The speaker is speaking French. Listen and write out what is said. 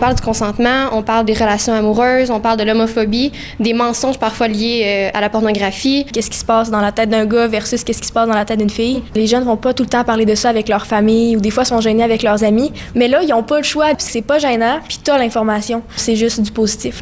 parle du consentement, on parle des relations amoureuses, on parle de l'homophobie, des mensonges parfois liés euh, à la pornographie. Qu'est-ce qui se passe dans la tête d'un gars versus qu'est-ce qui se passe dans la tête d'une fille. Les jeunes vont pas tout le temps parler de ça avec leur famille ou des fois sont gênés avec leurs amis, mais là, ils ont pas le choix, c'est pas gênant, puis t'as l'information. C'est juste du positif.